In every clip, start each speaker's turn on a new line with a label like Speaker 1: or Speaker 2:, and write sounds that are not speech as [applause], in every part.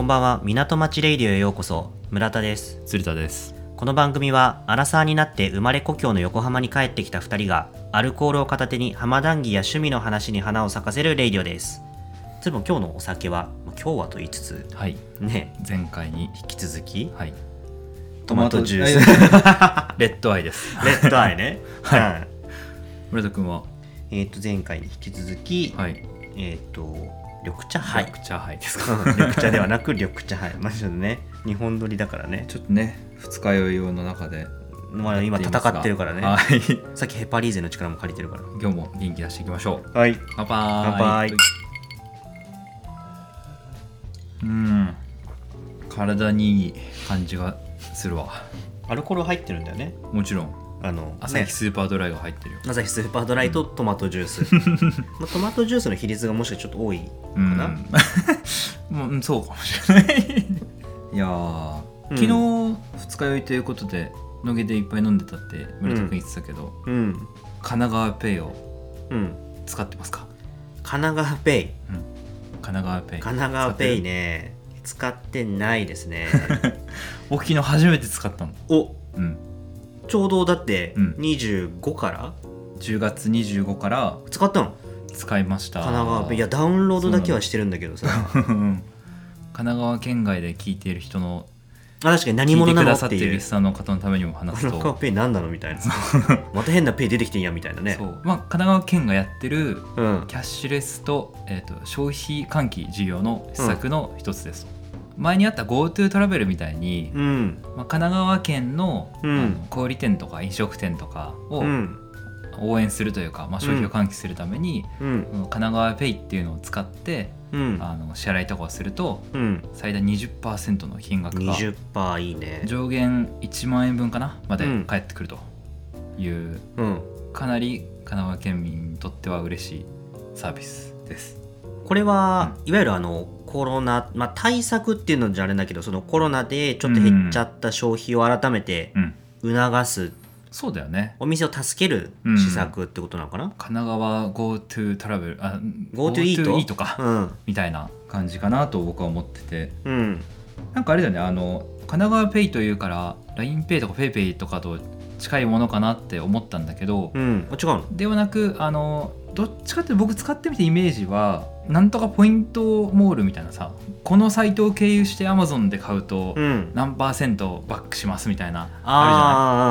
Speaker 1: んばんは港町レイディオへようこそ村田です
Speaker 2: 鶴田です
Speaker 1: この番組はアラサーになって生まれ故郷の横浜に帰ってきた2人がアルコールを片手に浜談義や趣味の話に花を咲かせるレイディオですつも今日のお酒はまあ今日はと言いつつ
Speaker 2: はい
Speaker 1: ね
Speaker 2: 前回に
Speaker 1: 引き続き
Speaker 2: はい
Speaker 1: トマトジュース
Speaker 2: [laughs] レッドアイです
Speaker 1: レッドアイね
Speaker 2: はい
Speaker 1: い
Speaker 2: 村田君は
Speaker 1: えっ、と前回に引き続き、
Speaker 2: はい
Speaker 1: えっ、と緑茶杯
Speaker 2: 緑茶杯です
Speaker 1: うん
Speaker 2: か
Speaker 1: 緑茶ではなく緑茶杯まあちょっとね日本撮りだからね
Speaker 2: ちょっとね二日酔い用の中で
Speaker 1: まあ、今
Speaker 2: やます
Speaker 1: 戦
Speaker 2: が
Speaker 1: ってるからね、
Speaker 2: はい
Speaker 1: さっきヘパリーゼの力も借りてるから
Speaker 2: 今日も元気出していきましょう
Speaker 1: はい
Speaker 2: 乾杯
Speaker 1: 乾杯
Speaker 2: うん体にいい感じがするわ
Speaker 1: アルコール入ってるんだよね
Speaker 2: もちろん
Speaker 1: あの
Speaker 2: 朝日
Speaker 1: ね
Speaker 2: スーパードライが入ってるよ、
Speaker 1: 朝日スーパードライとトマトジュース、 [laughs] まあ、トマトジュースの比率がもしかしてちょっと多いか
Speaker 2: う
Speaker 1: な、
Speaker 2: んもううん [laughs] そうかもしれないいやー昨日二日酔いということで野毛でいっぱい飲んでたって村田君言ってたけど、
Speaker 1: うん
Speaker 2: 神奈川ペイを
Speaker 1: うん
Speaker 2: 使ってますか、
Speaker 1: 神奈川ペイ
Speaker 2: うん、神奈川ペイ
Speaker 1: 神奈川ペイね使ってないです [laughs] ね
Speaker 2: 僕昨日初めて使ったの
Speaker 1: お
Speaker 2: うん
Speaker 1: ちょうどだって
Speaker 2: うん
Speaker 1: 25から
Speaker 2: 10月25から
Speaker 1: 使ったの
Speaker 2: 使いました
Speaker 1: 神奈川ペイいやダウンロードだけはしてるんだけどさあ
Speaker 2: [laughs] うん神奈川県外で聞いている人の
Speaker 1: 確かに何
Speaker 2: 聞い
Speaker 1: 者
Speaker 2: て
Speaker 1: な
Speaker 2: く
Speaker 1: の
Speaker 2: ださ
Speaker 1: っ
Speaker 2: って
Speaker 1: て
Speaker 2: いる
Speaker 1: い
Speaker 2: リ
Speaker 1: う
Speaker 2: スナーの方のためにも話
Speaker 1: 神
Speaker 2: すと
Speaker 1: 奈川ペイ何なのみたいなまた変なペイ出てきてんやみたいなね
Speaker 2: そうまあ、神奈川県がやってる
Speaker 1: うん
Speaker 2: キャッシュレスと,、えー、と消費喚起事業の施策の一つですと、前にあった GoTo トラベルみたいに、
Speaker 1: うん
Speaker 2: まあ、神奈川県の,、
Speaker 1: うん
Speaker 2: あの小売店とか飲食店とかを
Speaker 1: うん
Speaker 2: 応援するというか、まあ、消費を喚起するために、
Speaker 1: うん
Speaker 2: この神奈川ペイっていうのを使って、
Speaker 1: うん
Speaker 2: あの支払いとかをすると
Speaker 1: うん
Speaker 2: 最大20%の金額が
Speaker 1: 20%いいね
Speaker 2: 上限1万円分かなまで
Speaker 1: うん
Speaker 2: 返ってくるという、
Speaker 1: うん
Speaker 2: かなり神奈川県民にとっては嬉しいサービスです。
Speaker 1: これは、いわゆるあのコロナ、まあ、対策っていうのじゃあれだけどそのコロナでちょっと減っちゃった消費を改めて
Speaker 2: うん、
Speaker 1: 促す
Speaker 2: そうだよね
Speaker 1: お店を助ける施策ってことなのかな、
Speaker 2: 神奈川 GoTo トラベルあ
Speaker 1: GoTo イート
Speaker 2: GoTo イートか、
Speaker 1: うん
Speaker 2: みたいな感じかなと僕は思ってて
Speaker 1: うん
Speaker 2: なんかあれだよねあの神奈川ペイというから l i n e イとか PayPay とかと近いものかなって思ったんだけど
Speaker 1: う、んあ違うの
Speaker 2: ではなくあのどっちかっていうと僕使ってみてイメージはなんとかポイントモールみたいなさこのサイトを経由して Amazon で買うと
Speaker 1: うん
Speaker 2: 何パーセントバックしますみたいなあ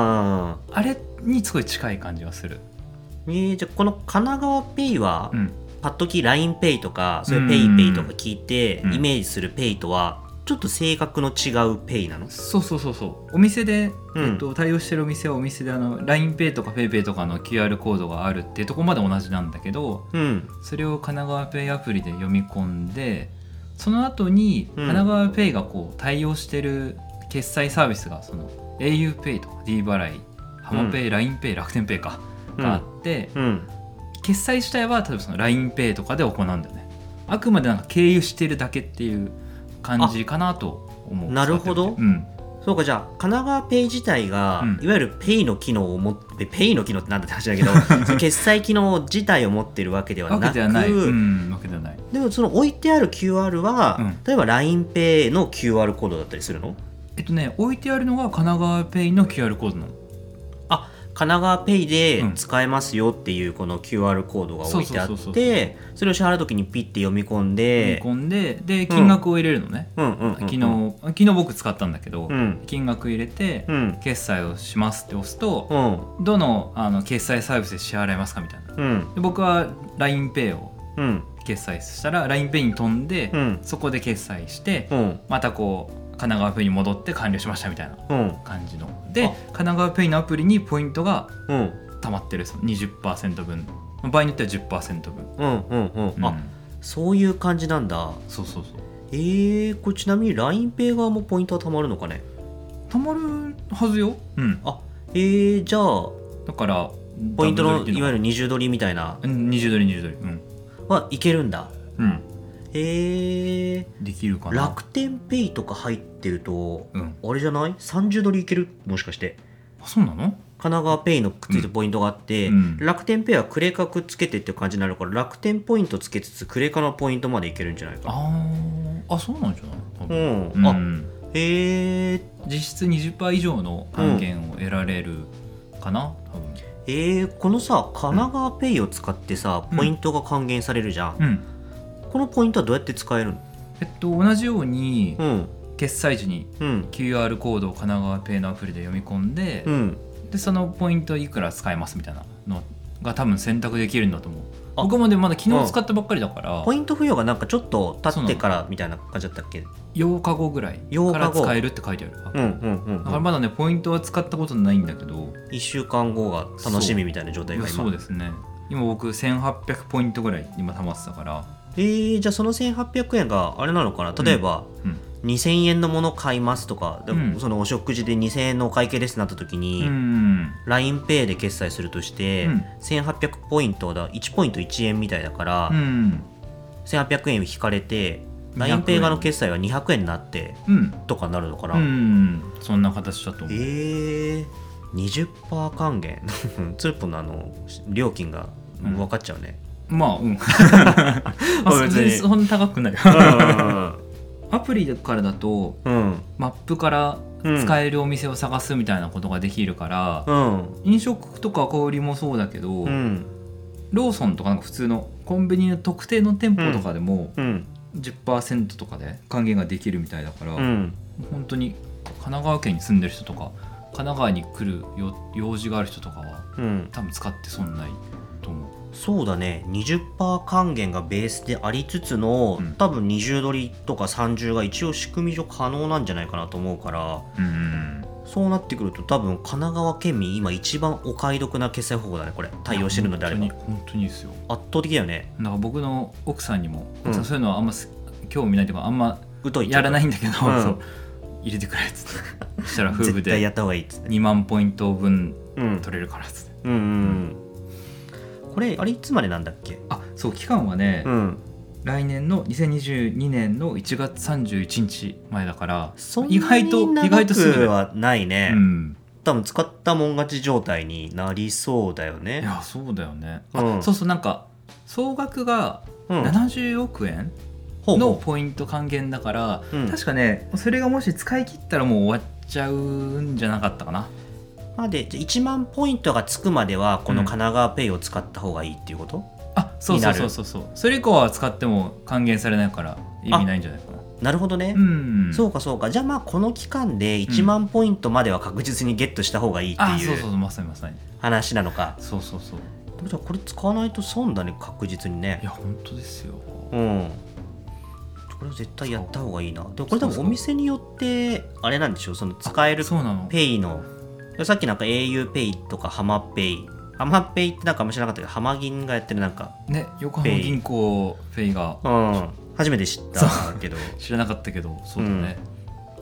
Speaker 1: あ
Speaker 2: るじゃないあれにすごい近い感じがする。
Speaker 1: ーえーじゃあこの神奈川ペイは、
Speaker 2: うん
Speaker 1: パッとキ LINEPay とかそういう
Speaker 2: うん
Speaker 1: ペイペイとか聞いて、
Speaker 2: うん
Speaker 1: イメージするペイとはちょっと性格の違うペイなの
Speaker 2: そうそうそうそうお店で、
Speaker 1: うん
Speaker 2: えっと、対応してるお店はお店であの LINEPay とか PayPay とかの QR コードがあるっていうところまで同じなんだけど
Speaker 1: うん
Speaker 2: それを神奈川 Pay アプリで読み込んでその後に神奈川 Pay がこう対応してる決済サービスがその auPay とか d 払いハマペイ、LINEPay 楽天 Pay かがあって、
Speaker 1: うん
Speaker 2: 決済自体は例えばその LINEPay とかで行うんだよねあくまでなんか経由してるだけっていう感じかなと思う
Speaker 1: あなるほど
Speaker 2: 使ってみてうん
Speaker 1: そうかじゃあ神奈川ペイ自体が、
Speaker 2: うん
Speaker 1: いわゆるペイの機能を持ってペイの機能ってなんだって話
Speaker 2: [laughs]
Speaker 1: だけどその決済機能自体を持ってるわけでは
Speaker 2: わけ
Speaker 1: な
Speaker 2: で
Speaker 1: く
Speaker 2: はない、うん、わけではない
Speaker 1: でもその置いてある QR は、
Speaker 2: うん
Speaker 1: 例えば LINEPay の QR コードだったりするの
Speaker 2: えっとね置いてあるのが神奈川ペイの QR コードなの
Speaker 1: あ神奈川ペイで
Speaker 2: うん
Speaker 1: 使えますよっていうこの QR コードが置いてあ
Speaker 2: そう
Speaker 1: っ
Speaker 2: そうそうそう
Speaker 1: てそれを支払う時にピッて読み込ん
Speaker 2: 見
Speaker 1: で
Speaker 2: 込んでで金額を入れるのね、
Speaker 1: うんうんうんうん
Speaker 2: 昨日昨日僕使ったんだけど、
Speaker 1: うん
Speaker 2: 金額入れて、
Speaker 1: うん
Speaker 2: 決済をしますって押すと、
Speaker 1: うん
Speaker 2: どのあの決済サービスで支払えますかみたいな
Speaker 1: うん
Speaker 2: で僕は LINEPay を
Speaker 1: うん
Speaker 2: 決済したら LINEPay に飛んで、
Speaker 1: うん
Speaker 2: そこで決済して、
Speaker 1: うん
Speaker 2: またこう神奈川ペイに戻って完了しましたみたいな
Speaker 1: うん
Speaker 2: 感じの
Speaker 1: あ
Speaker 2: で神奈川ペイのアプリにポイントが
Speaker 1: うん
Speaker 2: 溜まってるその20%分場合によっては10%分、
Speaker 1: うんうんうん
Speaker 2: うん、
Speaker 1: あそういう感じなんだ
Speaker 2: そうそうそう
Speaker 1: えー、これちなみに LINEPay 側もポイントは貯まるのかね
Speaker 2: たまるはずよ、うん、
Speaker 1: あえー、じゃあ
Speaker 2: だから
Speaker 1: ポイントのいわゆ
Speaker 2: る
Speaker 1: る20ドりみたいな
Speaker 2: 20ドル20ドルうん、
Speaker 1: はいけるんだ
Speaker 2: うん、
Speaker 1: えー、
Speaker 2: できるかな
Speaker 1: 楽天ペイとか入ってると
Speaker 2: うん
Speaker 1: あれじゃない30ドりいけるもしかして
Speaker 2: あそうなの
Speaker 1: 神奈川ペイのくっついてるポイントがあって、
Speaker 2: うん
Speaker 1: 楽天ペイはクレカくっつけてって感じになるから楽天ポイントつけつつクレカのポイントまでいけるんじゃないかな
Speaker 2: あーあそうなんじゃない多
Speaker 1: う
Speaker 2: 分
Speaker 1: ん、
Speaker 2: うん
Speaker 1: あへえ
Speaker 2: 実質20%以上の還元を得られるかな、多分
Speaker 1: えー、このさ神奈川ペイを使ってさ、
Speaker 2: うん
Speaker 1: ポイントが還元されるじゃん、
Speaker 2: うん
Speaker 1: このポイントはどうやって使えるの
Speaker 2: えっと同じように
Speaker 1: うん
Speaker 2: 決済時に
Speaker 1: うん
Speaker 2: QR コードを神奈川ペイのアプリで読み込んで、
Speaker 1: うん
Speaker 2: でそのポイントいくら使えますみたいなのが多分選択できるんだと思う
Speaker 1: あ
Speaker 2: 僕もでまだ昨日使ったばっかりだから、
Speaker 1: ポイント付与がなんかちょっと経ってからみたいな感じだったっけ
Speaker 2: 8日後ぐらい
Speaker 1: 8
Speaker 2: から
Speaker 1: 日後
Speaker 2: 使えるって書いてあるわ
Speaker 1: うんうんうん、
Speaker 2: だからまだねポイントは使ったことないんだけど
Speaker 1: 1週間後が楽しみみたいな状態
Speaker 2: いや
Speaker 1: が
Speaker 2: そう
Speaker 1: 今
Speaker 2: ですね今僕1800ポイントぐらい今溜まってたから、
Speaker 1: えー、じゃあその1800円があれなのかな例えば、
Speaker 2: うん
Speaker 1: 2000円のもの買いますとか、で
Speaker 2: うん
Speaker 1: そのお食事で2000円のお会計ですってなった時
Speaker 2: う
Speaker 1: に、
Speaker 2: ん
Speaker 1: LINEPay で決済するとして、
Speaker 2: うん
Speaker 1: 1800ポイントだ1ポイント1円みたいだから、
Speaker 2: うん
Speaker 1: 1800円引かれて
Speaker 2: 200
Speaker 1: LINEPay 側の決済は200円になって
Speaker 2: うん
Speaker 1: とかになるのかな、
Speaker 2: うんそんな形だと思う
Speaker 1: えー、20%還元 [laughs] ツープのあの料金が
Speaker 2: うん
Speaker 1: 分かっちゃうね、[laughs]
Speaker 2: まあうんまあ
Speaker 1: まあ別に
Speaker 2: そんな高くない [laughs] アプリからだと
Speaker 1: うん
Speaker 2: マップから使えるお店を探すみたいなことができるから、
Speaker 1: うん
Speaker 2: 飲食とか小売りもそうだけど、
Speaker 1: うん
Speaker 2: ローソンとかなんか普通のコンビニの特定の店舗とかでも
Speaker 1: うん
Speaker 2: 10%とかで還元ができるみたいだから、
Speaker 1: うん
Speaker 2: 本当に神奈川県に住んでる人とか神奈川に来るよ用事がある人とかは
Speaker 1: うん
Speaker 2: 多分使って損ないと思う。
Speaker 1: そうだね20%還元がベースでありつつの、
Speaker 2: うん
Speaker 1: 多分20ドりとか30が一応仕組み上可能なんじゃないかなと思うから
Speaker 2: うん
Speaker 1: そうなってくると多分神奈川県民今一番お買い得な決済方法だねこれ対応してるのであれば
Speaker 2: いや本当に本当にですよ
Speaker 1: 圧倒的だよね
Speaker 2: だから僕の奥さんにも、
Speaker 1: うん
Speaker 2: そういうのはあんま好き興味ないとかあんま
Speaker 1: 疎い
Speaker 2: やらないいんだけど、
Speaker 1: うん
Speaker 2: そう入れてくれっつ
Speaker 1: [laughs]
Speaker 2: ってそしたら夫婦
Speaker 1: 絶対や
Speaker 2: で
Speaker 1: った方がいいっつって、
Speaker 2: 2万ポイント分
Speaker 1: うん、
Speaker 2: 取れるからっつって
Speaker 1: うんうんうん、これあれいつまでなんだっけ
Speaker 2: あそう期間はね、
Speaker 1: ん
Speaker 2: 来年の2022年の1月31日前だから
Speaker 1: そんな
Speaker 2: 意外と
Speaker 1: に
Speaker 2: 意
Speaker 1: 長
Speaker 2: 外とす
Speaker 1: く
Speaker 2: ぐ
Speaker 1: はないね、
Speaker 2: うん
Speaker 1: 多分使ったもん勝ち状態になりそうだよ
Speaker 2: い
Speaker 1: ね
Speaker 2: やそうだよね、
Speaker 1: うん
Speaker 2: あそうそうなんか総額が
Speaker 1: うん
Speaker 2: 70億円
Speaker 1: ほう
Speaker 2: の
Speaker 1: ほ
Speaker 2: ポイント還元だから、
Speaker 1: うん
Speaker 2: 確かねそれがもし使い切ったらもう終わっちゃうんじゃなかったかな
Speaker 1: うまあでじゃあ1万ポイントがつくまではこの
Speaker 2: うん
Speaker 1: 神奈川ペイを使った方がいいっていうこと、
Speaker 2: あそう
Speaker 1: に
Speaker 2: そ
Speaker 1: な
Speaker 2: う
Speaker 1: る
Speaker 2: そうそうそうそれ以降は使っても還元されないから意味ないんじゃないかな
Speaker 1: なるほどね、
Speaker 2: うん
Speaker 1: そうかそうかじゃあまあこの期間で1万ポイントまでは確実にゲットした方がいいって
Speaker 2: あそう
Speaker 1: い
Speaker 2: そう
Speaker 1: う
Speaker 2: そうまさにまさに
Speaker 1: 話なのか、
Speaker 2: そうそうそう
Speaker 1: でもじゃあこれ使わないと損だね確実にね
Speaker 2: いや本当ですよ
Speaker 1: うん。これ絶対やった方がいいな。でもこれ多
Speaker 2: そうそ
Speaker 1: 分お
Speaker 2: う
Speaker 1: 店によって、あれなんでしょう、その使える
Speaker 2: そうなの
Speaker 1: ペイの。さっきなんか auPay とかハマペイ。ハマペイってなんかあんま知らなかったけど、ハマ銀がやってるなんか、
Speaker 2: ね横浜銀行フェイが
Speaker 1: うん、初めて知ったけど、
Speaker 2: 知らなかったけどそうだね、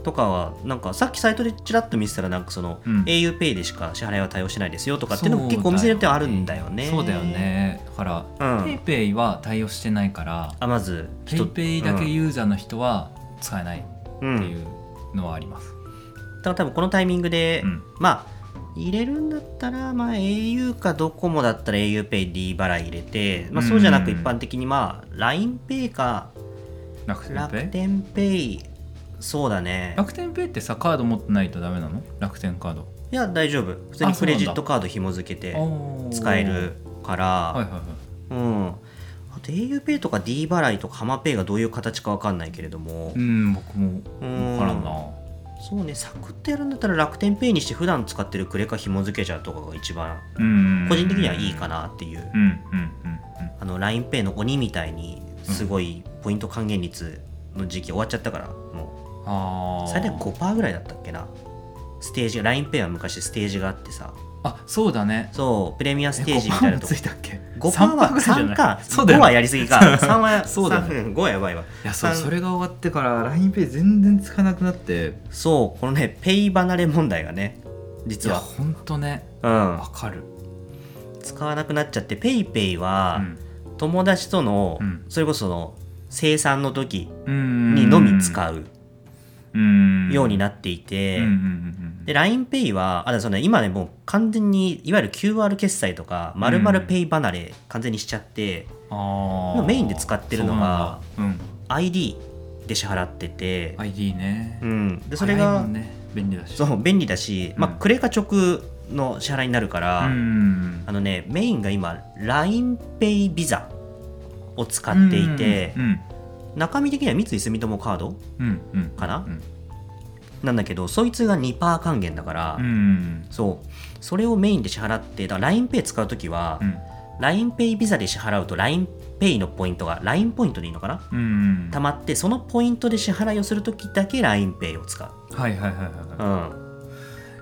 Speaker 1: とかは、なんかさっきサイトでちらっと見てたら、なんかその、
Speaker 2: うん
Speaker 1: auPay でしか支払いは対応してないですよとかっていうのも結構お店によってはあるんだよね。
Speaker 2: そうだよ。ねだから、
Speaker 1: う
Speaker 2: ペイ
Speaker 1: ん。
Speaker 2: ペイは対応してないから
Speaker 1: あ、まず、
Speaker 2: ペイペイだけ
Speaker 1: 言
Speaker 2: ユーザーの人は使えないっ
Speaker 1: うん。
Speaker 2: て
Speaker 1: うん
Speaker 2: いうのはあります、
Speaker 1: だから多分このタイミングで、
Speaker 2: うん
Speaker 1: まあ入れるんだったら、まあ、au かドコモだったら auPayD 払い入れて、まあ、そうじゃなく
Speaker 2: うん
Speaker 1: 一般的に、まあ、LINEPay か
Speaker 2: 楽天ペ
Speaker 1: 楽
Speaker 2: イ
Speaker 1: 天 Pay そうだね
Speaker 2: 楽天ペイってさカード持ってないとダメなの楽天カード
Speaker 1: いや大丈夫普通に
Speaker 2: あそ
Speaker 1: ク
Speaker 2: うなん
Speaker 1: レ
Speaker 2: だ
Speaker 1: ジットカード紐付けて
Speaker 2: おー
Speaker 1: 使えるから、
Speaker 2: はいはいはい
Speaker 1: うんあと auPay とか D 払いとかハマペイがどういう形か分かんないけれども、
Speaker 2: うん僕も
Speaker 1: うん
Speaker 2: 分からんな
Speaker 1: そうねサクッとやるんだったら楽天 Pay にして普段使ってるクレカ紐付けちゃうとかが一番
Speaker 2: うん
Speaker 1: 個人的にはいいかなっていう
Speaker 2: うんうんうん
Speaker 1: あの LINEPay の鬼みたいにすごいポイント還元率の時期終わっちゃったからも
Speaker 2: うんあ
Speaker 1: う
Speaker 2: ー
Speaker 1: 最大5%ぐらいだったっけなステージ LINEPay は昔ステージがあってさ
Speaker 2: あそうだね
Speaker 1: そうプレミアステージみ
Speaker 2: え
Speaker 1: たいな
Speaker 2: 5%
Speaker 1: と
Speaker 2: も
Speaker 1: こ
Speaker 2: ついたっけ
Speaker 1: 5%は
Speaker 2: 3%ぐらいじゃない
Speaker 1: 3か
Speaker 2: そうだ
Speaker 1: 5
Speaker 2: よ
Speaker 1: は
Speaker 2: ね
Speaker 1: やりすぎか3は
Speaker 2: [laughs] そうだよね
Speaker 1: 5はやばいわ
Speaker 2: いやそう
Speaker 1: 三
Speaker 2: それが終わってから LINEPay 全然使えなくなって
Speaker 1: そうこのねペイ離れ問題がね
Speaker 2: い
Speaker 1: 実
Speaker 2: や
Speaker 1: は、
Speaker 2: ほんとね
Speaker 1: うん
Speaker 2: わ、かる
Speaker 1: 使わなくなっちゃってペイペイは
Speaker 2: うん
Speaker 1: 友達との、
Speaker 2: うん
Speaker 1: それこそその生産の時
Speaker 2: うん
Speaker 1: にのみ使う
Speaker 2: うん
Speaker 1: ように
Speaker 2: っ
Speaker 1: なっていて、
Speaker 2: てうんうんうん
Speaker 1: で LINEPay はあだからその今ねもう完全にいわゆる QR 決済とかまるまるペイ離れ完全にしちゃって、
Speaker 2: あー
Speaker 1: メインで使ってるのが
Speaker 2: そうなんだ
Speaker 1: ID で支払ってて
Speaker 2: うん、ID ね
Speaker 1: うん、でそれ
Speaker 2: 早い
Speaker 1: が、
Speaker 2: もんね便利だし
Speaker 1: そう便利だし、まあ
Speaker 2: うん
Speaker 1: クレカ直の支払いになるから、
Speaker 2: うん
Speaker 1: あのねメインが今 LINEPay ビザを使っていて、
Speaker 2: うん
Speaker 1: 中身的には三井住友カード
Speaker 2: うんうん
Speaker 1: かな、
Speaker 2: うん
Speaker 1: なんだけどそいつが2%還元だから、
Speaker 2: うん
Speaker 1: そうそれをメインで支払ってだから LINEPay 使う時は、
Speaker 2: うん
Speaker 1: LINEPay ビザで支払うと LINEPay のポイントが LINE ポイントでいいのかな
Speaker 2: うん
Speaker 1: 溜まってそのポイントで支払いをするときだけ LINEPay を使
Speaker 2: はいはいはいはい、
Speaker 1: う、う
Speaker 2: は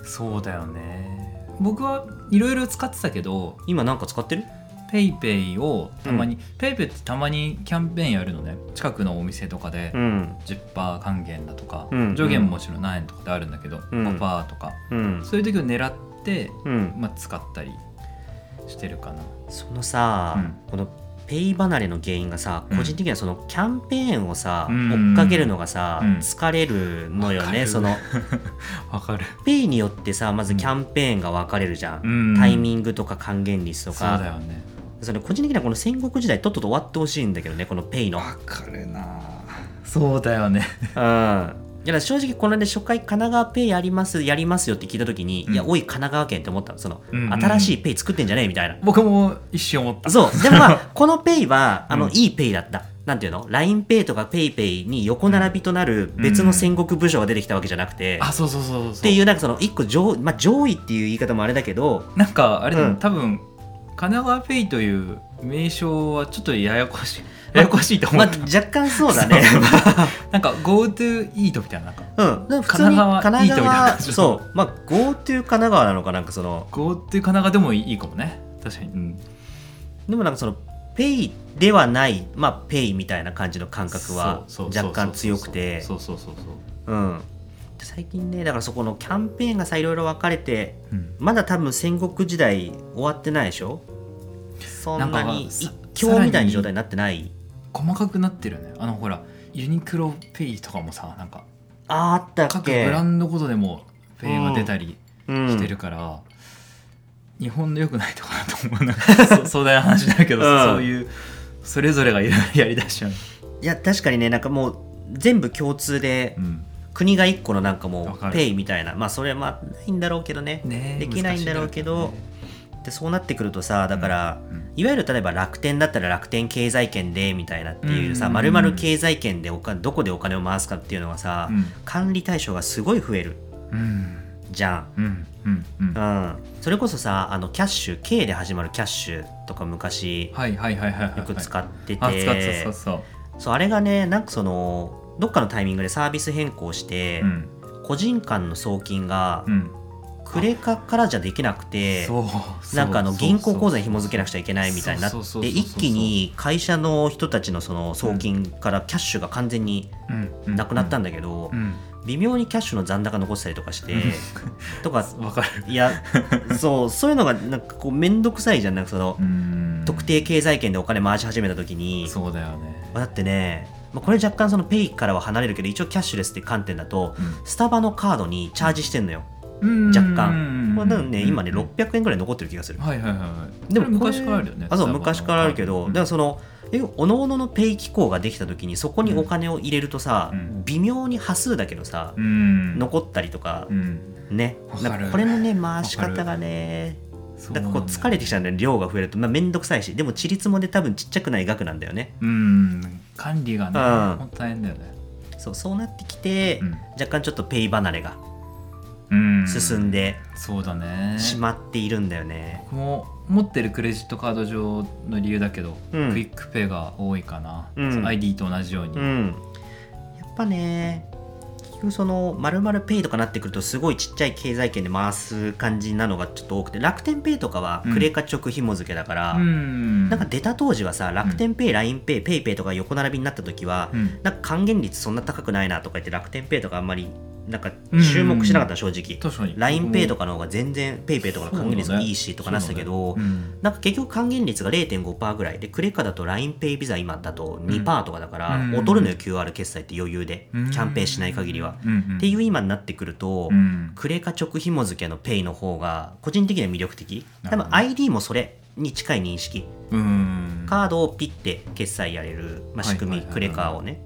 Speaker 1: ん、
Speaker 2: いそうだよね僕はいろいろ使ってたけど
Speaker 1: 今なんか使ってる
Speaker 2: ペイペイをたまに、ペイペイってたまにキャンペーンやるのね近くのお店とかで
Speaker 1: うん
Speaker 2: 10%還元だとか、
Speaker 1: うん
Speaker 2: 上限ももちろん何円とかってあるんだけど、
Speaker 1: うん
Speaker 2: 5%とか
Speaker 1: うん
Speaker 2: そういう時を狙って、
Speaker 1: うん
Speaker 2: まあ、使ったりしてるかな
Speaker 1: そのさ、
Speaker 2: うん
Speaker 1: このペイ離れの原因がさ、
Speaker 2: うん
Speaker 1: 個人的にはそのキャンペーンをさ、
Speaker 2: う
Speaker 1: 追
Speaker 2: ん
Speaker 1: っかけるのがさ、
Speaker 2: うん
Speaker 1: 疲れるのよ
Speaker 2: わか
Speaker 1: ね
Speaker 2: る
Speaker 1: その
Speaker 2: わかる
Speaker 1: ペイによってさまずキャンペーンが分かれるじゃん、
Speaker 2: うん
Speaker 1: タイミングとか還元率と
Speaker 2: そうだ
Speaker 1: か
Speaker 2: よね
Speaker 1: その個人的にはこの戦国時代とっとと終わってほしいんだけどねこのペイの
Speaker 2: かるなそうだよね
Speaker 1: うんいやだから正直この間初回神奈川ペイやりますやりますよって聞いた時に、
Speaker 2: うん
Speaker 1: いやおい神奈川県って思ったのその、
Speaker 2: うんうん
Speaker 1: 新しいペイ作ってんじゃねえみたいな
Speaker 2: 僕も一瞬思った
Speaker 1: そうでもま
Speaker 2: [laughs]
Speaker 1: あこのペイはあの、
Speaker 2: うん
Speaker 1: いいペイだったなんていうの l i n e イとか PayPay に横並びとなる別の戦国武将が出てきたわけじゃなくて、っ
Speaker 2: あそうそうそうそうって
Speaker 1: いうなんかその一個上,、まあ、上位っていう言い方もあれだけ
Speaker 2: [laughs]
Speaker 1: ど
Speaker 2: なんかあれだ、ね
Speaker 1: うん
Speaker 2: 多分神奈川ペイという名称はちょっとややこしいややこしいと思
Speaker 1: まあ
Speaker 2: った、
Speaker 1: 若干そうだ
Speaker 2: [laughs]
Speaker 1: ね
Speaker 2: なんか GoTo イートみたいななんか
Speaker 1: うんでも普通
Speaker 2: 神
Speaker 1: に
Speaker 2: 奈川
Speaker 1: 神奈
Speaker 2: いいとこみたいな
Speaker 1: 川
Speaker 2: 感じ
Speaker 1: そうまあ GoTo 神奈川なのかなんかその
Speaker 2: GoTo 神奈川でもいいかもね確かに、うん、
Speaker 1: でもなんかそのペイではない、まあ、ペイみたいな感じの感覚は
Speaker 2: そうそうそうそ
Speaker 1: 若
Speaker 2: う
Speaker 1: 干強くて
Speaker 2: そうそうそうそう、
Speaker 1: うんで最近ねだからそこのキャンペーンがさいろいろ分かれて
Speaker 2: うん、
Speaker 1: まだ多分戦国時代終わってないでしょそんな
Speaker 2: なん
Speaker 1: に
Speaker 2: か
Speaker 1: 一
Speaker 2: さ
Speaker 1: 強みたいな状態になってない
Speaker 2: 細かくなってるよねあのほらユニクロペイとかもさなんか
Speaker 1: ああったっ
Speaker 2: 各
Speaker 1: け
Speaker 2: ブランドごとでもペイが出たり
Speaker 1: うん
Speaker 2: してるから、日本の良くないとこだと思うなんかそ壮大な [laughs] 話だけど、
Speaker 1: うん
Speaker 2: そういうそれぞれがいろいろ [laughs] やりだしちゃう、
Speaker 1: いや確かにねなんかもう全部共通で
Speaker 2: うん
Speaker 1: 国が一個のなんかも
Speaker 2: わか
Speaker 1: う
Speaker 2: る
Speaker 1: ペイみたいなまあそれはまあないんだろうけどね
Speaker 2: ねえ
Speaker 1: できないんだろうけど
Speaker 2: 難しい
Speaker 1: でそうなってくるとさだから、
Speaker 2: だろうね
Speaker 1: いわゆる例えば楽天だったら楽天経済圏でみたいなっていうさ、
Speaker 2: うん
Speaker 1: まるまる経済圏でおかどこでお金を回すかっていうのはさ、
Speaker 2: うん
Speaker 1: 管理対象がすごい増える
Speaker 2: うん
Speaker 1: じゃん。
Speaker 2: うんうんうん
Speaker 1: うん、それこそさあのキャッシュ K で始まるキャッシュとか昔
Speaker 2: はいはいはいはいはい
Speaker 1: よく使ってて、
Speaker 2: あ使ってた使ってたそう
Speaker 1: そうあれがねなんかそのどっかのタイミングでサービス変更して、
Speaker 2: うん
Speaker 1: 個人間の送金が
Speaker 2: うん
Speaker 1: クレカからじゃできなくて、
Speaker 2: そう
Speaker 1: なんかあの
Speaker 2: そう
Speaker 1: 銀行口座に紐
Speaker 2: そう
Speaker 1: 付けなくちゃいけないみたいになっ
Speaker 2: そうそうそう
Speaker 1: て
Speaker 2: そうそう
Speaker 1: 一気に会社の人たちのその送金からキャッシュが完全に
Speaker 2: うん
Speaker 1: なくなった
Speaker 2: ん
Speaker 1: んだけど
Speaker 2: うん
Speaker 1: 微妙にキャッシュの残高残したりとかしてとか
Speaker 2: わかる
Speaker 1: いやそうそういうのがなんかこう面倒くさいじゃんなんかその
Speaker 2: うん
Speaker 1: 特定経済圏でお金回し始めた時に
Speaker 2: そうだよね
Speaker 1: だってねまあこれ若干そのペイからは離れるけど一応キャッシュレスって観点だと
Speaker 2: うん
Speaker 1: スタバのカードにチャージしてんのよ
Speaker 2: うん
Speaker 1: 若干まあだから
Speaker 2: うん
Speaker 1: ね今ね600円ぐらい残ってる気がする
Speaker 2: はいはいはいはい
Speaker 1: でもこれ
Speaker 2: 昔からあるよね
Speaker 1: あそう昔からあるけど、
Speaker 2: うん
Speaker 1: だからそのえおのおののペイ機構ができた時にそこにお金を入れるとさ、
Speaker 2: うん
Speaker 1: 微妙に端数だけどさ
Speaker 2: う、ん
Speaker 1: 残ったりとか
Speaker 2: う、ん
Speaker 1: ね
Speaker 2: わか
Speaker 1: な
Speaker 2: る
Speaker 1: んかこれのね回し方がね
Speaker 2: そう
Speaker 1: なん
Speaker 2: な
Speaker 1: か
Speaker 2: ん
Speaker 1: こう疲れてきちゃうんだよね量が増えるとまあ、めんどくさいしでもちりつもで多分ちっちゃくない額なんだよね
Speaker 2: うん管理がね
Speaker 1: うん
Speaker 2: 本当大変だよね
Speaker 1: そうそうなってきて、
Speaker 2: うん
Speaker 1: 若干ちょっとペイ離れが
Speaker 2: うん
Speaker 1: 進んで
Speaker 2: そうだね
Speaker 1: しまっているんだよね、
Speaker 2: 僕も持ってるクレジットカード上の理由だけど、
Speaker 1: うん
Speaker 2: クイックペイが多いかな、
Speaker 1: うん
Speaker 2: その ID と同じように、
Speaker 1: うんやっぱね結局そのまるペイとかなってくるとすごいちっちゃい経済圏で回す感じなのがちょっと多くて楽天ペイとかはクレカ直紐付けだから、
Speaker 2: うん
Speaker 1: なんか出た当時はさ楽天ペイ l i n e イペイペイとか横並びになった時は、
Speaker 2: うん
Speaker 1: なんか還元率そんな高くないなとか言って楽天ペイとかあんまりなんか注目しなかった正直、
Speaker 2: 確かに
Speaker 1: LINEPay とかの方が全然 PayPay とかの還元率もいいしとかなってたけど、
Speaker 2: うん
Speaker 1: なんか結局還元率が0.5%ぐらいでクレカだと LINEPay ビザ今だと2%とかだから、
Speaker 2: うん
Speaker 1: 劣るのよ QR 決済って余裕で、
Speaker 2: うん
Speaker 1: キャンペーンしない限りは、
Speaker 2: うんうん
Speaker 1: っていう今になってくると、
Speaker 2: うん
Speaker 1: クレカ直紐付けの Pay の方が個人的には魅力的
Speaker 2: な
Speaker 1: 多
Speaker 2: るほ
Speaker 1: 分
Speaker 2: ど
Speaker 1: ID もそれに近い認識
Speaker 2: うん
Speaker 1: カードをピッて決済やれる、まあ、仕組み、
Speaker 2: はいはい
Speaker 1: ク
Speaker 2: はいはい
Speaker 1: レカをね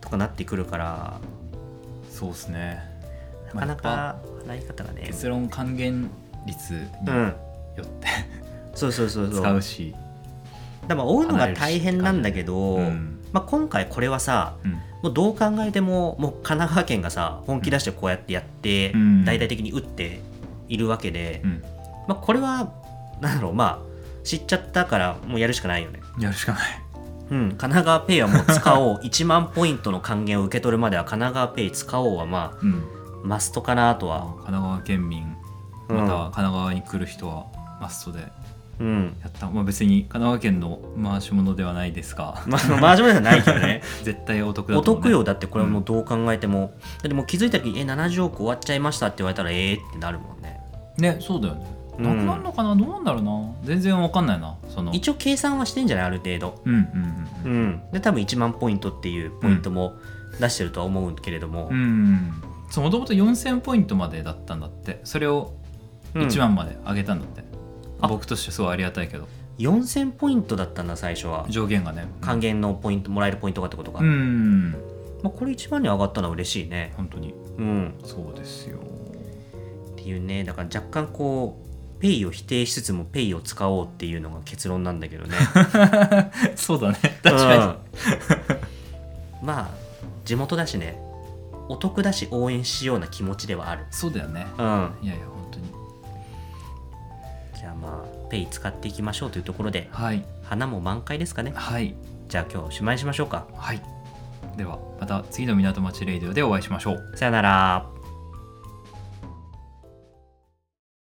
Speaker 1: とかなってくるから
Speaker 2: そうですね
Speaker 1: なかなか払い方がね
Speaker 2: 結論還元率に
Speaker 1: うん
Speaker 2: よって、
Speaker 1: そうそうそうそう
Speaker 2: 使うし
Speaker 1: でも追うのが大変なんだけど、
Speaker 2: うん
Speaker 1: まあ、今回これはさ
Speaker 2: うん
Speaker 1: もうどう考えてももう神奈川県がさ本気出してこうやってやって、
Speaker 2: うん
Speaker 1: 大々的に打っているわけで、
Speaker 2: うん
Speaker 1: まあ、これはなんだろうまあ知っちゃったからもうやるしかないよね、
Speaker 2: やるしかない
Speaker 1: うん、神奈川ペイはもう使
Speaker 2: [laughs]
Speaker 1: おう1万ポイントの還元を受け取るまでは神奈川ペイ使おうはまあ
Speaker 2: うん
Speaker 1: マストかなとは、
Speaker 2: 神奈川県民
Speaker 1: うん
Speaker 2: または神奈川に来る人はマストで
Speaker 1: うん、
Speaker 2: やった、まあ、別に神奈川県の回し物ではないですが
Speaker 1: まあマージャンじゃないけどね
Speaker 2: [laughs] 絶対お得だ
Speaker 1: お
Speaker 2: と思う、ね、
Speaker 1: 得よだってこれはもうどう考えても、だってもう気づいた時え70億終わっちゃいましたって言われたらええってなるもんね
Speaker 2: ねそうだよね
Speaker 1: う
Speaker 2: なんくなるのかな、どうなんだろうな全然わかんないなその
Speaker 1: 一応計算はしてんじゃないある程度
Speaker 2: うんうん
Speaker 1: うん、で多分1万ポイントっていうポイントも出してるとは思うけれども
Speaker 2: うん、うんそうもともと4000ポイントまでだったんだってそれを1万まで上げたんだって、
Speaker 1: あ
Speaker 2: 僕としてすごいありがたいけど
Speaker 1: 4000ポイントだったんだ最初は
Speaker 2: 上限がね
Speaker 1: 還元のポイントもらえるポイントがってことか、
Speaker 2: うん
Speaker 1: まあ、これ1万に上がったのは嬉しいね
Speaker 2: 本当に
Speaker 1: うん
Speaker 2: そうですよ
Speaker 1: っていうねだから若干こうペイを否定しつつもペイを使おうっていうのが結論なんだけどね
Speaker 2: [laughs] そうだね [laughs]
Speaker 1: [laughs]
Speaker 2: 確か
Speaker 1: うん [laughs] まあ地元だしねお得だし応援しような気持ちではある
Speaker 2: にそうだよね
Speaker 1: うん
Speaker 2: いやいや本当に
Speaker 1: じゃあまあペイ使っていきましょうというところで
Speaker 2: はい
Speaker 1: 花も満開ですかね
Speaker 2: はい
Speaker 1: じゃあ今日おしまいにしましょうか
Speaker 2: はいではまた次の港町レイディオでお会いしましょう
Speaker 1: さよなら。